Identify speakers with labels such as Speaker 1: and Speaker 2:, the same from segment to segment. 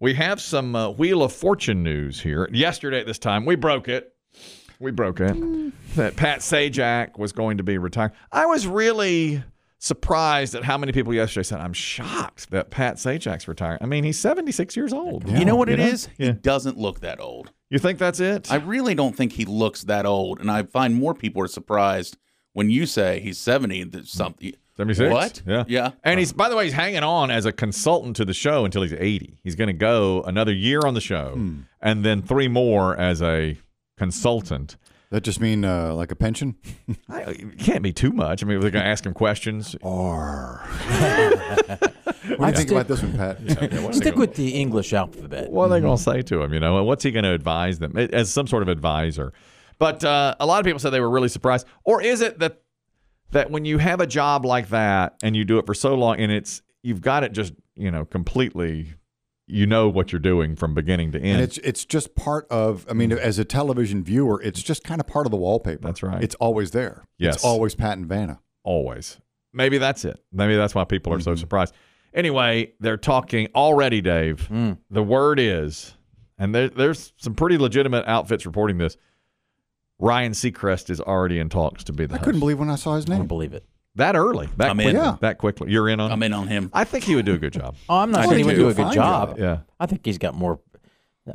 Speaker 1: We have some uh, Wheel of Fortune news here. Yesterday at this time, we broke it. We broke it.
Speaker 2: Mm.
Speaker 1: That Pat Sajak was going to be retired. I was really surprised at how many people yesterday said, I'm shocked that Pat Sajak's retired. I mean, he's 76 years old.
Speaker 2: You know what it is?
Speaker 1: Yeah.
Speaker 2: He doesn't look that old.
Speaker 1: You think that's it?
Speaker 2: I really don't think he looks that old, and I find more people are surprised when you say he's seventy and there's something.
Speaker 1: 76?
Speaker 2: What?
Speaker 1: Yeah.
Speaker 2: Yeah.
Speaker 1: And he's, by the way, he's hanging on as a consultant to the show until he's 80. He's going to go another year on the show
Speaker 2: Hmm.
Speaker 1: and then three more as a consultant.
Speaker 3: That just mean uh, like a pension?
Speaker 1: I, it can't be too much. I mean, they're going to ask him questions.
Speaker 3: Or what do you think
Speaker 4: still-
Speaker 3: about this one, Pat?
Speaker 4: Stick with the English alphabet.
Speaker 1: What are they going to say to him? You know, what's he going to advise them A- as some sort of advisor? But uh, a lot of people said they were really surprised. Or is it that that when you have a job like that and you do it for so long and it's you've got it just you know completely, you know what you're doing from beginning to
Speaker 3: And
Speaker 1: end.
Speaker 3: it's it's just part of. I mean, as a television viewer, it's just kind of part of the wallpaper.
Speaker 1: That's right.
Speaker 3: It's always there.
Speaker 1: Yes.
Speaker 3: It's always Pat and Vanna.
Speaker 1: always. Maybe that's it. Maybe that's why people are so
Speaker 2: Mm-hmm.
Speaker 1: surprised. Anyway, they're talking already, Dave.
Speaker 2: Mm.
Speaker 1: The word is, and there, there's some pretty legitimate outfits reporting this. Ryan Seacrest is already in talks to be the
Speaker 3: I
Speaker 1: host.
Speaker 3: couldn't believe when I saw his
Speaker 4: I don't
Speaker 3: name.
Speaker 4: believe it.
Speaker 1: that early. That
Speaker 2: I'm in.
Speaker 1: quickly.
Speaker 3: Yeah.
Speaker 1: That quickly. You're in on.
Speaker 2: I'm in on him.
Speaker 1: I think he would do a good job.
Speaker 4: Oh, I'm not
Speaker 2: I
Speaker 4: saying he
Speaker 2: think
Speaker 4: would
Speaker 2: he
Speaker 4: do
Speaker 2: would
Speaker 4: a
Speaker 3: do a
Speaker 4: good
Speaker 3: fine
Speaker 4: job.
Speaker 3: job.
Speaker 1: Yeah.
Speaker 4: I think he's got more.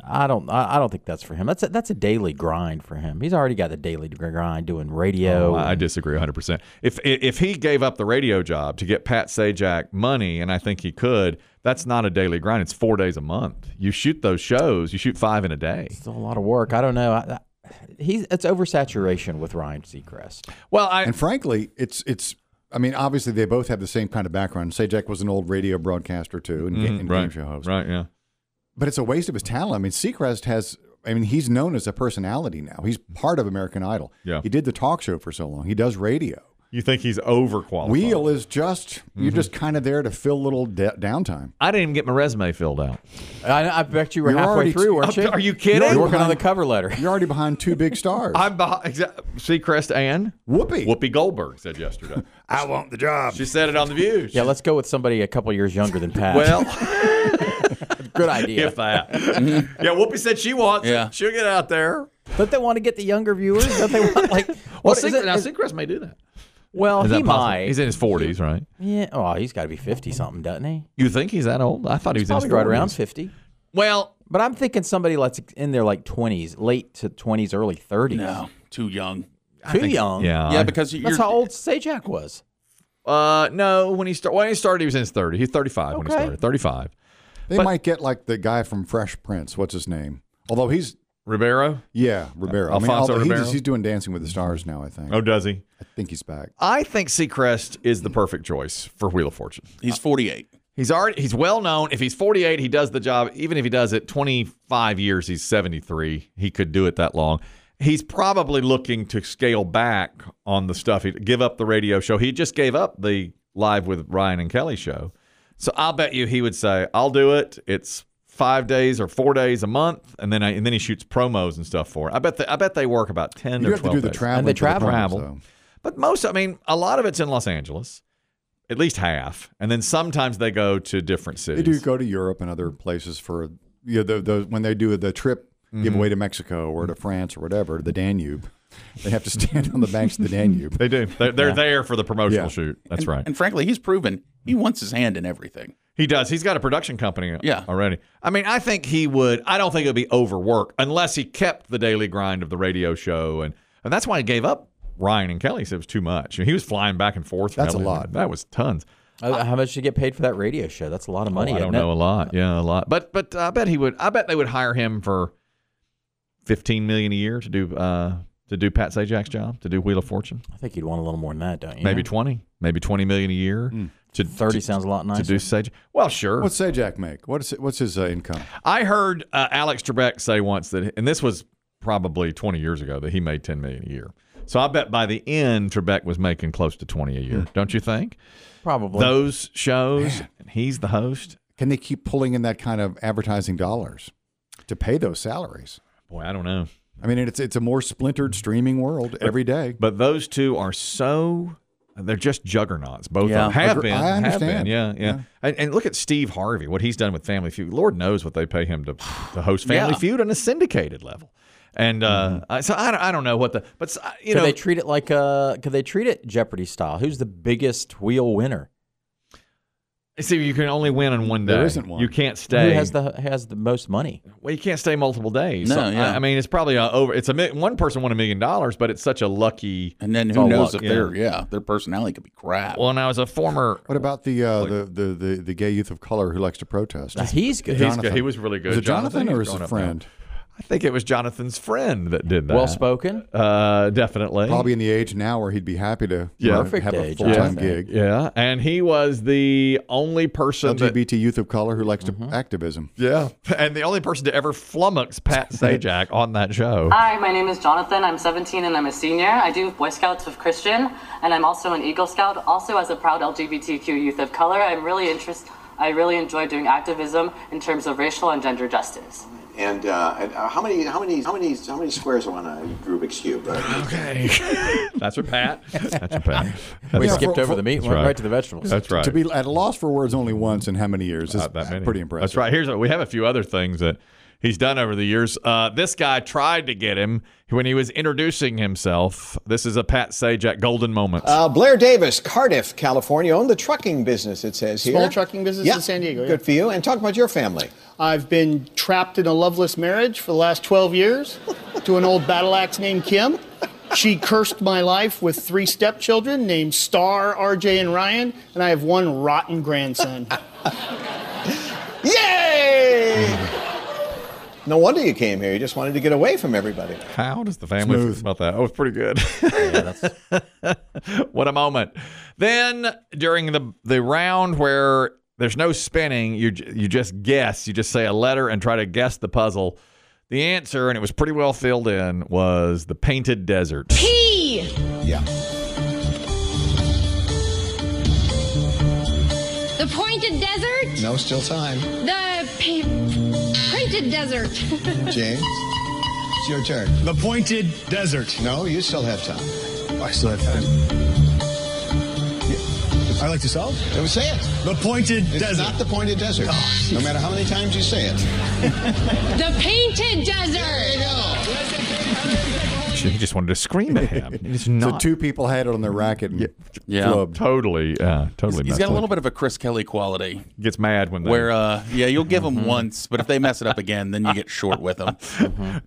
Speaker 4: I don't. I I don't think that's for him. That's a, that's a daily grind for him. He's already got the daily gr- grind doing radio.
Speaker 1: Oh, I I disagree 100%. If if he gave up the radio job to get Pat Sajak money, and I think he could, that's not a daily grind. It's four days a month. You shoot those shows, you shoot five in a day.
Speaker 4: It's a lot of work. I don't know. I, I, he's it's oversaturation with Ryan Seacrest.
Speaker 1: Well, I,
Speaker 3: And frankly, it's it's. I mean, obviously, they both have the same kind of background. Sajak was an old radio broadcaster too, and, ga- and game
Speaker 1: Mm-hmm. right,
Speaker 3: show host.
Speaker 1: Right, yeah.
Speaker 3: But it's a waste of his talent. I mean, Seacrest has. I mean, he's known as a personality now. He's part of American Idol.
Speaker 1: Yeah.
Speaker 3: He did the talk show for so long. He does radio.
Speaker 1: You think he's overqualified?
Speaker 3: Wheel is just you're
Speaker 4: Mm-hmm.
Speaker 3: just kind of there to fill little de- downtime.
Speaker 1: I didn't even get my resume filled out.
Speaker 4: I, I bet you were
Speaker 3: You're
Speaker 4: halfway
Speaker 3: already-
Speaker 4: through, weren't you?
Speaker 1: Are you kidding?
Speaker 4: You're working on the cover letter.
Speaker 3: You're already behind two big stars.
Speaker 1: I'm behind Seacrest and
Speaker 3: Whoopi.
Speaker 1: Whoopi Goldberg said yesterday.
Speaker 3: I want the job.
Speaker 1: she said it on the View.
Speaker 4: Yeah, let's go with somebody a couple years younger than Pat.
Speaker 1: well,
Speaker 4: good idea.
Speaker 1: if that. yeah, Whoopi said she wants.
Speaker 2: Yeah.
Speaker 1: it. She'll get out there.
Speaker 4: Don't they want to get the younger viewers? Don't they want like?
Speaker 1: Well,
Speaker 4: what is
Speaker 1: Seacrest,
Speaker 4: it-
Speaker 1: now
Speaker 4: is-
Speaker 1: Seacrest may do that.
Speaker 4: well,
Speaker 1: Is
Speaker 4: he
Speaker 1: that possible?
Speaker 4: might.
Speaker 1: He's in his 40s, right?
Speaker 4: yeah. Oh, he's got to be fifty something, doesn't he?
Speaker 1: You think he's that old? I thought he was in his
Speaker 4: Probably right
Speaker 1: 40s.
Speaker 4: around fifty.
Speaker 1: Well,
Speaker 4: But I'm thinking somebody that's in their like 20s, late to 20s, early 30s.
Speaker 2: No, too young.
Speaker 4: Too young.
Speaker 1: yeah.
Speaker 2: yeah,
Speaker 1: I-
Speaker 2: because you're
Speaker 4: That's how old Sajak was.
Speaker 1: Uh, no, when he started, when he started, he was in his 30s. He's 35 when he
Speaker 4: Okay.
Speaker 1: started. 35.
Speaker 3: They might get like the guy from Fresh Prince. What's his name? Although he's
Speaker 1: Ribeiro?
Speaker 3: yeah Rivera.
Speaker 1: Alfonso
Speaker 3: although
Speaker 1: Ribeiro?
Speaker 3: He's, he's doing Dancing with the Stars now. I think.
Speaker 1: Oh, does he?
Speaker 3: I think he's back.
Speaker 1: I think Seacrest is the perfect choice for Wheel of Fortune.
Speaker 2: He's 48.
Speaker 1: He's already he's well known. If he's 48, he does the job. Even if he does it 25 years, he's 73. He could do it that long. He's probably looking to scale back on the stuff. He give up the radio show. He just gave up the live with Ryan and Kelly show. So I'll bet you he would say, "I'll do it. It's five days or four days a month, and then I, and then he shoots promos and stuff for it." I bet they, I bet they work about ten
Speaker 3: You
Speaker 1: or
Speaker 3: have to
Speaker 1: 12
Speaker 3: do the
Speaker 1: days.
Speaker 3: travel.
Speaker 4: And they travel.
Speaker 1: Travel. But most, I mean, a lot of it's in Los Angeles, at least half, and then sometimes they go to different
Speaker 3: They
Speaker 1: cities.
Speaker 3: do go to Europe and other places for you know, the, the, when they do the trip
Speaker 4: Mm-hmm.
Speaker 3: giveaway to Mexico or to France or whatever the Danube. They have to stand on the banks of the Danube.
Speaker 1: They do. They're, they're there for the promotional
Speaker 3: Yeah.
Speaker 1: shoot. That's
Speaker 2: And-
Speaker 1: right.
Speaker 2: And frankly, he's proven he wants his hand in everything.
Speaker 1: he does. He's got a production company
Speaker 2: Yeah.
Speaker 1: already. I mean, I think he would. I don't think it would be overwork unless he kept the daily grind of the radio show, and and that's why he gave up Ryan and Kelly. He said it was too much. He was flying back and forth. from
Speaker 3: That's a
Speaker 1: LA.
Speaker 3: lot.
Speaker 1: That was tons.
Speaker 4: Uh, How much did you get paid for that radio show? That's a lot of money.
Speaker 1: Oh, I don't
Speaker 4: isn't it?
Speaker 1: know a lot. Yeah, a lot. But but I bet he would. I bet they would hire him for fifteen million a year to do uh to do Pat Sajak's job to do Wheel of Fortune.
Speaker 4: I think you'd want a little more than that, don't you?
Speaker 1: Maybe twenty. Maybe twenty million a year to
Speaker 4: 30 sounds a lot
Speaker 1: to
Speaker 4: nicer.
Speaker 1: do Sajak. Well, sure.
Speaker 3: What's Sajak make? What's what's his uh, income?
Speaker 1: I heard uh, Alex Trebek say once that, and this was probably twenty years ago, that he made ten million a year. So I bet by the end, Trebek was making close to twenty a year. Don't you think?
Speaker 4: Probably.
Speaker 1: Those shows, and he's the host.
Speaker 3: Can they keep pulling in that kind of advertising dollars to pay those salaries?
Speaker 1: Boy, I don't know.
Speaker 3: I mean, it's it's a more splintered streaming world every day.
Speaker 1: But those two are so They're just juggernauts. Both
Speaker 2: Yeah.
Speaker 1: of them have
Speaker 3: Agre-
Speaker 1: been.
Speaker 3: I
Speaker 1: have been,
Speaker 3: understand.
Speaker 1: Yeah, yeah. And, and look at Steve Harvey, what he's done with Family Feud. Lord knows what they pay him to, to host Family
Speaker 2: Yeah.
Speaker 1: Feud on a syndicated level. And uh,
Speaker 3: Mm-hmm.
Speaker 1: I so I don't, I don't know what the but s- I- you
Speaker 4: Could
Speaker 1: know
Speaker 4: they treat it like uh Could they treat it Jeopardy style? Who's the biggest wheel winner?
Speaker 1: see you can only win on one day.
Speaker 3: There isn't one.
Speaker 1: You can't stay.
Speaker 4: Who has the has the most money?
Speaker 1: well, you can't stay multiple days.
Speaker 2: No,
Speaker 1: So,
Speaker 2: yeah.
Speaker 1: I, I mean, it's probably a over. It's a mi- one person won a million dollars, but it's such a lucky.
Speaker 2: And then
Speaker 4: It's
Speaker 2: who
Speaker 4: all
Speaker 2: knows
Speaker 4: luck,
Speaker 2: if their yeah their personality could be crap.
Speaker 1: Well, and I was a former.
Speaker 3: What about the uh, the, the the the gay youth of color who likes to protest?
Speaker 4: Now, he's good.
Speaker 1: He's
Speaker 3: Jonathan.
Speaker 1: good. He was really good.
Speaker 3: Is it Jonathan,
Speaker 1: he's
Speaker 3: or is
Speaker 1: grown
Speaker 3: it a
Speaker 1: up now.
Speaker 3: friend?
Speaker 1: I think it was Jonathan's friend that did that.
Speaker 4: well spoken.
Speaker 1: Uh, definitely.
Speaker 3: Probably in the age now where he'd be happy to you
Speaker 1: Yeah.
Speaker 3: know,
Speaker 4: Perfect
Speaker 3: have a
Speaker 4: age,
Speaker 3: full time
Speaker 4: yeah.
Speaker 3: gig.
Speaker 1: Yeah, and he was the only person that-
Speaker 3: LGBT youth of color who likes to activism.
Speaker 1: Mm-hmm. yeah, and the only person to ever flummox Pat Sajak on that show.
Speaker 4: Uh,
Speaker 5: Hi, my name is Jonathan. I'm 17 and I'm a senior. I do Boy Scouts of Christian, and I'm also an Eagle Scout. Also, as a proud LGBTQ youth of color, I'm really interested. I really enjoy doing activism in terms of racial and gender justice.
Speaker 6: And, uh, and uh, how many how many how many how many squares are on a Rubik's cube? Uh,
Speaker 1: Okay, that's your Pat. That's your Pat.
Speaker 4: We
Speaker 3: Yeah,
Speaker 4: skipped
Speaker 3: for-
Speaker 4: over
Speaker 3: for-
Speaker 4: the meat, and went
Speaker 1: right.
Speaker 4: right. to the vegetables.
Speaker 1: That's right.
Speaker 3: To be at a loss for words only once in how many years is
Speaker 1: Not that many.
Speaker 3: pretty impressive.
Speaker 1: That's right. Here's a, we have a few other things that he's done over the years. Uh, this guy tried to get him when he was introducing himself. This is a Pat Sajak golden moment.
Speaker 7: Uh, Blair Davis, Cardiff, California, owned the trucking business, it says here.
Speaker 8: Small trucking business in San Diego, yeah.
Speaker 7: Good for you. And talk about your family.
Speaker 8: I've been trapped in a loveless marriage for the last 12 years to an old battle axe named Kim. She cursed my life with three stepchildren named Star, RJ, and Ryan, and I have one rotten grandson.
Speaker 7: Yay! no wonder you came here. You just wanted to get away from everybody.
Speaker 1: How does the family feel about that? Oh, it's pretty good. what a moment. Then during the the round where there's no spinning, you j- you just guess. You just say a letter and try to guess the puzzle. The answer, and it was pretty well filled in, was the painted desert.
Speaker 7: Yeah.
Speaker 9: The pointed desert?
Speaker 7: No, still time.
Speaker 9: The pa- printed desert.
Speaker 7: James, it's your turn.
Speaker 10: The pointed desert.
Speaker 7: No, you still have time.
Speaker 10: I still have time. I like to solve.
Speaker 7: Don't say it.
Speaker 10: The pointed
Speaker 7: It's
Speaker 10: desert. Oh,
Speaker 7: not the pointed desert. no matter how many times you say it.
Speaker 9: the painted
Speaker 7: There you go.
Speaker 9: desert.
Speaker 1: He just wanted to scream at him. It's
Speaker 3: So
Speaker 1: not
Speaker 3: two people had it on their racket and
Speaker 2: Yeah.
Speaker 3: flubbed.
Speaker 1: totally, uh, totally.
Speaker 2: He's
Speaker 1: messed
Speaker 2: got a
Speaker 1: up.
Speaker 2: little bit of a Chris Kelly quality,
Speaker 1: gets mad when they-
Speaker 2: where uh, yeah, you'll give them once, but if they mess it up again, then you get short with them.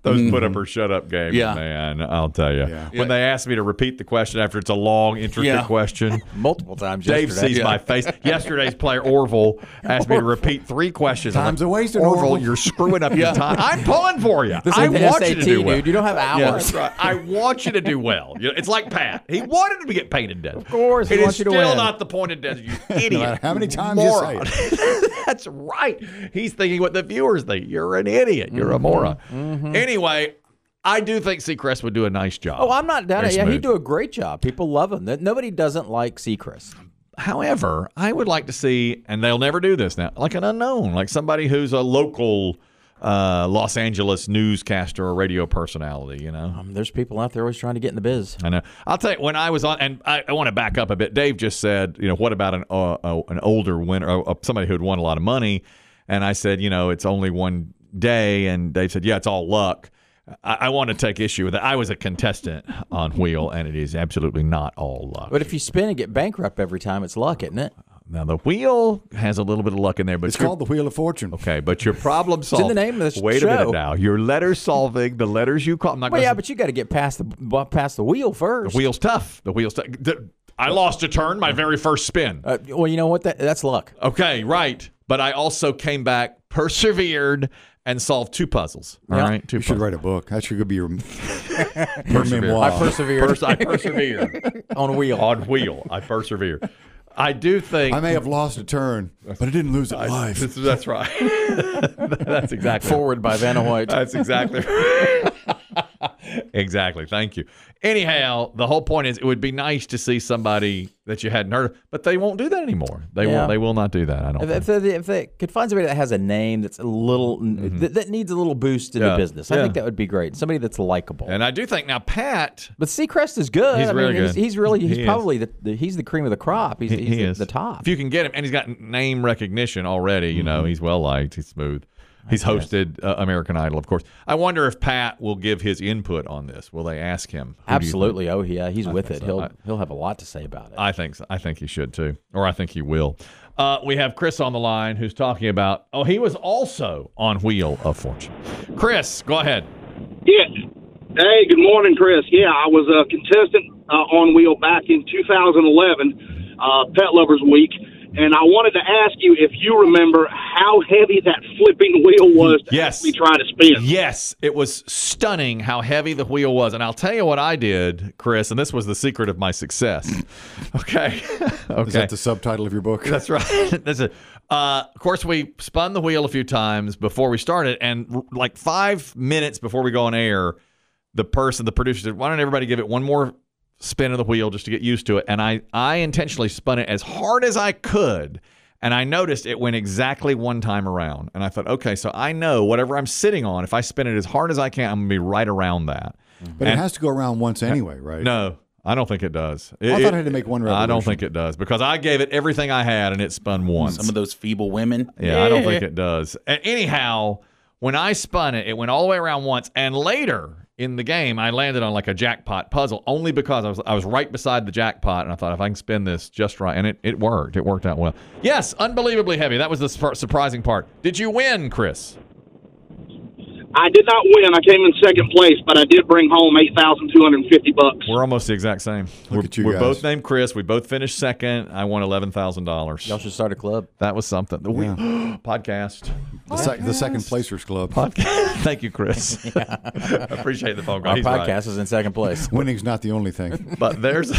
Speaker 1: Those put up or shut up games,
Speaker 2: Yeah.
Speaker 1: man. I'll tell you.
Speaker 3: Yeah.
Speaker 1: When they ask me to repeat the question after it's a long, intricate
Speaker 2: Yeah.
Speaker 1: question,
Speaker 4: Multiple times
Speaker 1: Dave
Speaker 4: yesterday.
Speaker 1: sees my face. Yesterday's player Orville asked me to repeat three questions. I'm
Speaker 3: Time's
Speaker 1: like,
Speaker 3: a waste,
Speaker 1: Orville.
Speaker 3: Orville."
Speaker 1: You're screwing up your time. I'm pulling for you.
Speaker 4: This
Speaker 1: I
Speaker 4: ain't the
Speaker 1: want you
Speaker 4: SAT,
Speaker 1: to do
Speaker 4: dude.
Speaker 1: well.
Speaker 4: You don't have
Speaker 2: Yeah.
Speaker 4: hours.
Speaker 1: Right. I want you to do well. You know, It's like Pat. He wanted to get painted dead. Of
Speaker 4: course, he
Speaker 1: it is
Speaker 4: wants you to
Speaker 1: still
Speaker 4: win.
Speaker 1: not the point of death. You idiot.
Speaker 3: matter how many times you
Speaker 1: moron.
Speaker 3: say
Speaker 1: That's right. He's thinking what the viewers think. You're an idiot. You're
Speaker 4: Mm-hmm.
Speaker 1: a moron. Anyway, I do think Seacrest would do a nice job.
Speaker 4: Oh, I'm not down.
Speaker 1: Very
Speaker 4: Yeah,
Speaker 1: smooth.
Speaker 4: he'd do a great job. People love him. Th- Nobody doesn't like Seacrest.
Speaker 1: However, I would like to see, and they'll never do this now, like an unknown, like somebody who's a local uh, Los Angeles newscaster or radio personality, you know?
Speaker 4: Um, there's people out there always trying to get in the biz.
Speaker 1: I know. I'll tell you when I was on, and I, I want to back up a bit. Dave just said, you know, what about an uh, uh, an older winner, uh, uh, somebody who had won a lot of money? And I said, you know, it's only one day. And Dave said, yeah, it's all luck. I, I want to take issue with that. I was a contestant on Wheel, and it is absolutely not all luck.
Speaker 4: But if you spin and get bankrupt every time, it's luck, isn't it?
Speaker 1: now the Wheel has a little bit of luck in there, but
Speaker 3: It's
Speaker 1: you're-
Speaker 3: called the Wheel of Fortune.
Speaker 1: Okay, but your problem
Speaker 4: in
Speaker 1: solving.
Speaker 4: the name of the
Speaker 1: Wait a
Speaker 4: show.
Speaker 1: minute now. Your letter solving, the letters you call. I'm not
Speaker 4: Well,
Speaker 1: gonna-
Speaker 4: yeah, but you got to get past the bu- past the wheel first.
Speaker 1: the wheel's tough. The wheel's tough. The- I lost a turn my very first spin.
Speaker 4: Uh, well, you know what? That, that's luck.
Speaker 1: Okay, right. But I also came back, persevered, and solved two puzzles. All right,
Speaker 4: Yeah.
Speaker 1: two
Speaker 3: You should
Speaker 1: puzzles.
Speaker 3: write a book. That should be your, your memoir.
Speaker 4: I persevered
Speaker 1: Pers- I persevered
Speaker 4: on a wheel.
Speaker 1: on wheel. I persevered. I do think
Speaker 3: I may have lost a turn, but I didn't lose a life.
Speaker 1: This- that's right. that's exactly
Speaker 4: Forward by Vanna White.
Speaker 1: That's exactly. exactly. Thank you. Anyhow, the whole point is it would be nice to see somebody that you hadn't heard of, but they won't do that anymore. They
Speaker 4: Yeah.
Speaker 1: won't. They will not do that. I don't.
Speaker 4: If,
Speaker 1: think.
Speaker 4: if, they, if they could find somebody that has a name that's a little that, that needs a little boost in
Speaker 1: Yeah.
Speaker 4: the business,
Speaker 1: Yeah.
Speaker 4: I think that would be great. Somebody that's likable.
Speaker 1: And I do think now Pat.
Speaker 4: But Seacrest is good.
Speaker 1: He's
Speaker 4: I mean,
Speaker 1: really
Speaker 4: He's,
Speaker 1: good.
Speaker 4: he's really he's
Speaker 1: He is.
Speaker 4: probably the, the he's the cream of the crop. He's, he's
Speaker 1: he
Speaker 4: the,
Speaker 1: is.
Speaker 4: the top. Mm-hmm.
Speaker 1: If you can get him, and he's got name recognition already. You know, he's well liked. He's smooth. He's hosted uh, American Idol, of course. I wonder if Pat will give his input on this. Will they ask him? Who do you think-
Speaker 4: Absolutely. Oh yeah, he's with
Speaker 1: think
Speaker 4: it.
Speaker 1: so.
Speaker 4: He'll
Speaker 1: I-
Speaker 4: he'll have a lot to say about it.
Speaker 1: I think so. I think he should too, or I think he will. Uh, we have Chris on the line who's talking about. Oh, he was also on Wheel of Fortune. Chris, go ahead.
Speaker 11: Yeah. Hey, good morning, Chris. Yeah, I was a contestant uh, on Wheel back in 2011, uh, Pet Lovers Week, and I wanted to ask you if you remember how heavy that flipping wheel was to
Speaker 1: Yes.
Speaker 11: actually try to spin.
Speaker 1: Yes, it was stunning how heavy the wheel was. And I'll tell you what I did, Chris, and this was the secret of my success. okay. okay.
Speaker 3: Is that the subtitle of your book?
Speaker 1: That's right. That's it. Uh, of course, we spun the wheel a few times before we started, and r- like five minutes before we go on air, the person, the producer said, "Why don't everybody give it one more spin of the wheel just to get used to it?" And I, I intentionally spun it as hard as I could, and I noticed it went exactly one time around. And I thought, okay, so I know whatever I'm sitting on, if I spin it as hard as I can, I'm gonna be right around that.
Speaker 3: But it
Speaker 1: And-
Speaker 3: has to go around once anyway, right?
Speaker 1: no, I don't think it does.
Speaker 3: I thought I had to make one
Speaker 1: I
Speaker 3: revolution.
Speaker 1: don't think it does because I gave it everything I had and it spun once.
Speaker 2: Some of those feeble women.
Speaker 1: yeah, I don't think it does. A- anyhow, when I spun it, it went all the way around once, and later in the game, I landed on like a jackpot puzzle only because I was I was right beside the jackpot, and I thought if I can spin this just right, and it it worked. It worked out well. Yes, unbelievably heavy. That was the sur- surprising part. Did you win, Chris?
Speaker 11: I did not win. I came in second place, but I did bring home 8,250 bucks.
Speaker 1: We're almost the exact same. we're
Speaker 3: at you
Speaker 1: we're
Speaker 3: guys.
Speaker 1: both named Chris. We both finished second. I won eleven thousand dollars.
Speaker 4: Y'all should start a club.
Speaker 1: That was something. The we- podcast.
Speaker 3: The, sec- the second placers club.
Speaker 1: Podcast. Thank you, Chris. I appreciate the phone call.
Speaker 4: Our
Speaker 1: He's right.
Speaker 4: podcast is in second place,
Speaker 3: Winning's not the only thing.
Speaker 1: But there's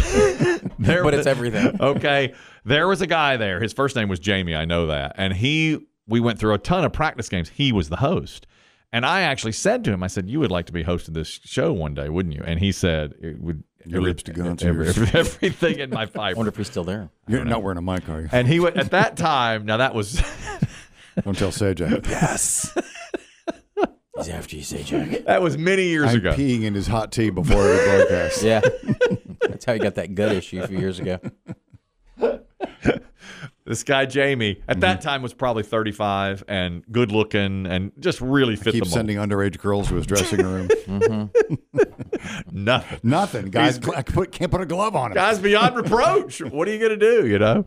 Speaker 1: there
Speaker 4: but it's everything.
Speaker 1: okay. There was a guy there. His first name was Jamie. I know that. And he, we went through a ton of practice games. He was the host. And I actually said to him, I said, "You would like to be hosting this show one day, wouldn't you?" And he said, "It would."
Speaker 3: Your lips to God's
Speaker 1: every-
Speaker 3: ears.
Speaker 1: everything in my
Speaker 4: Wonder
Speaker 1: fiber.
Speaker 4: if he's still there.
Speaker 3: You're not wearing a mic, are you?
Speaker 1: And he would at that time. Now that was
Speaker 3: Don't tell Sage. I-
Speaker 4: Yes. he's after you say Jack.
Speaker 1: that was many years
Speaker 3: I'm
Speaker 1: ago.
Speaker 3: peeing in his hot tea before every broadcast.
Speaker 4: Yeah. That's how he got that gut issue a few years ago.
Speaker 1: This guy Jamie at that
Speaker 4: Mm-hmm.
Speaker 1: time was probably 35 and good looking and just really fit
Speaker 3: Keep
Speaker 1: the mold.
Speaker 3: sending underage girls to his dressing room.
Speaker 1: Nothing.
Speaker 3: Nothing, guys. I put, can't put a glove on him.
Speaker 1: Guys beyond reproach. What are you going to do, you know?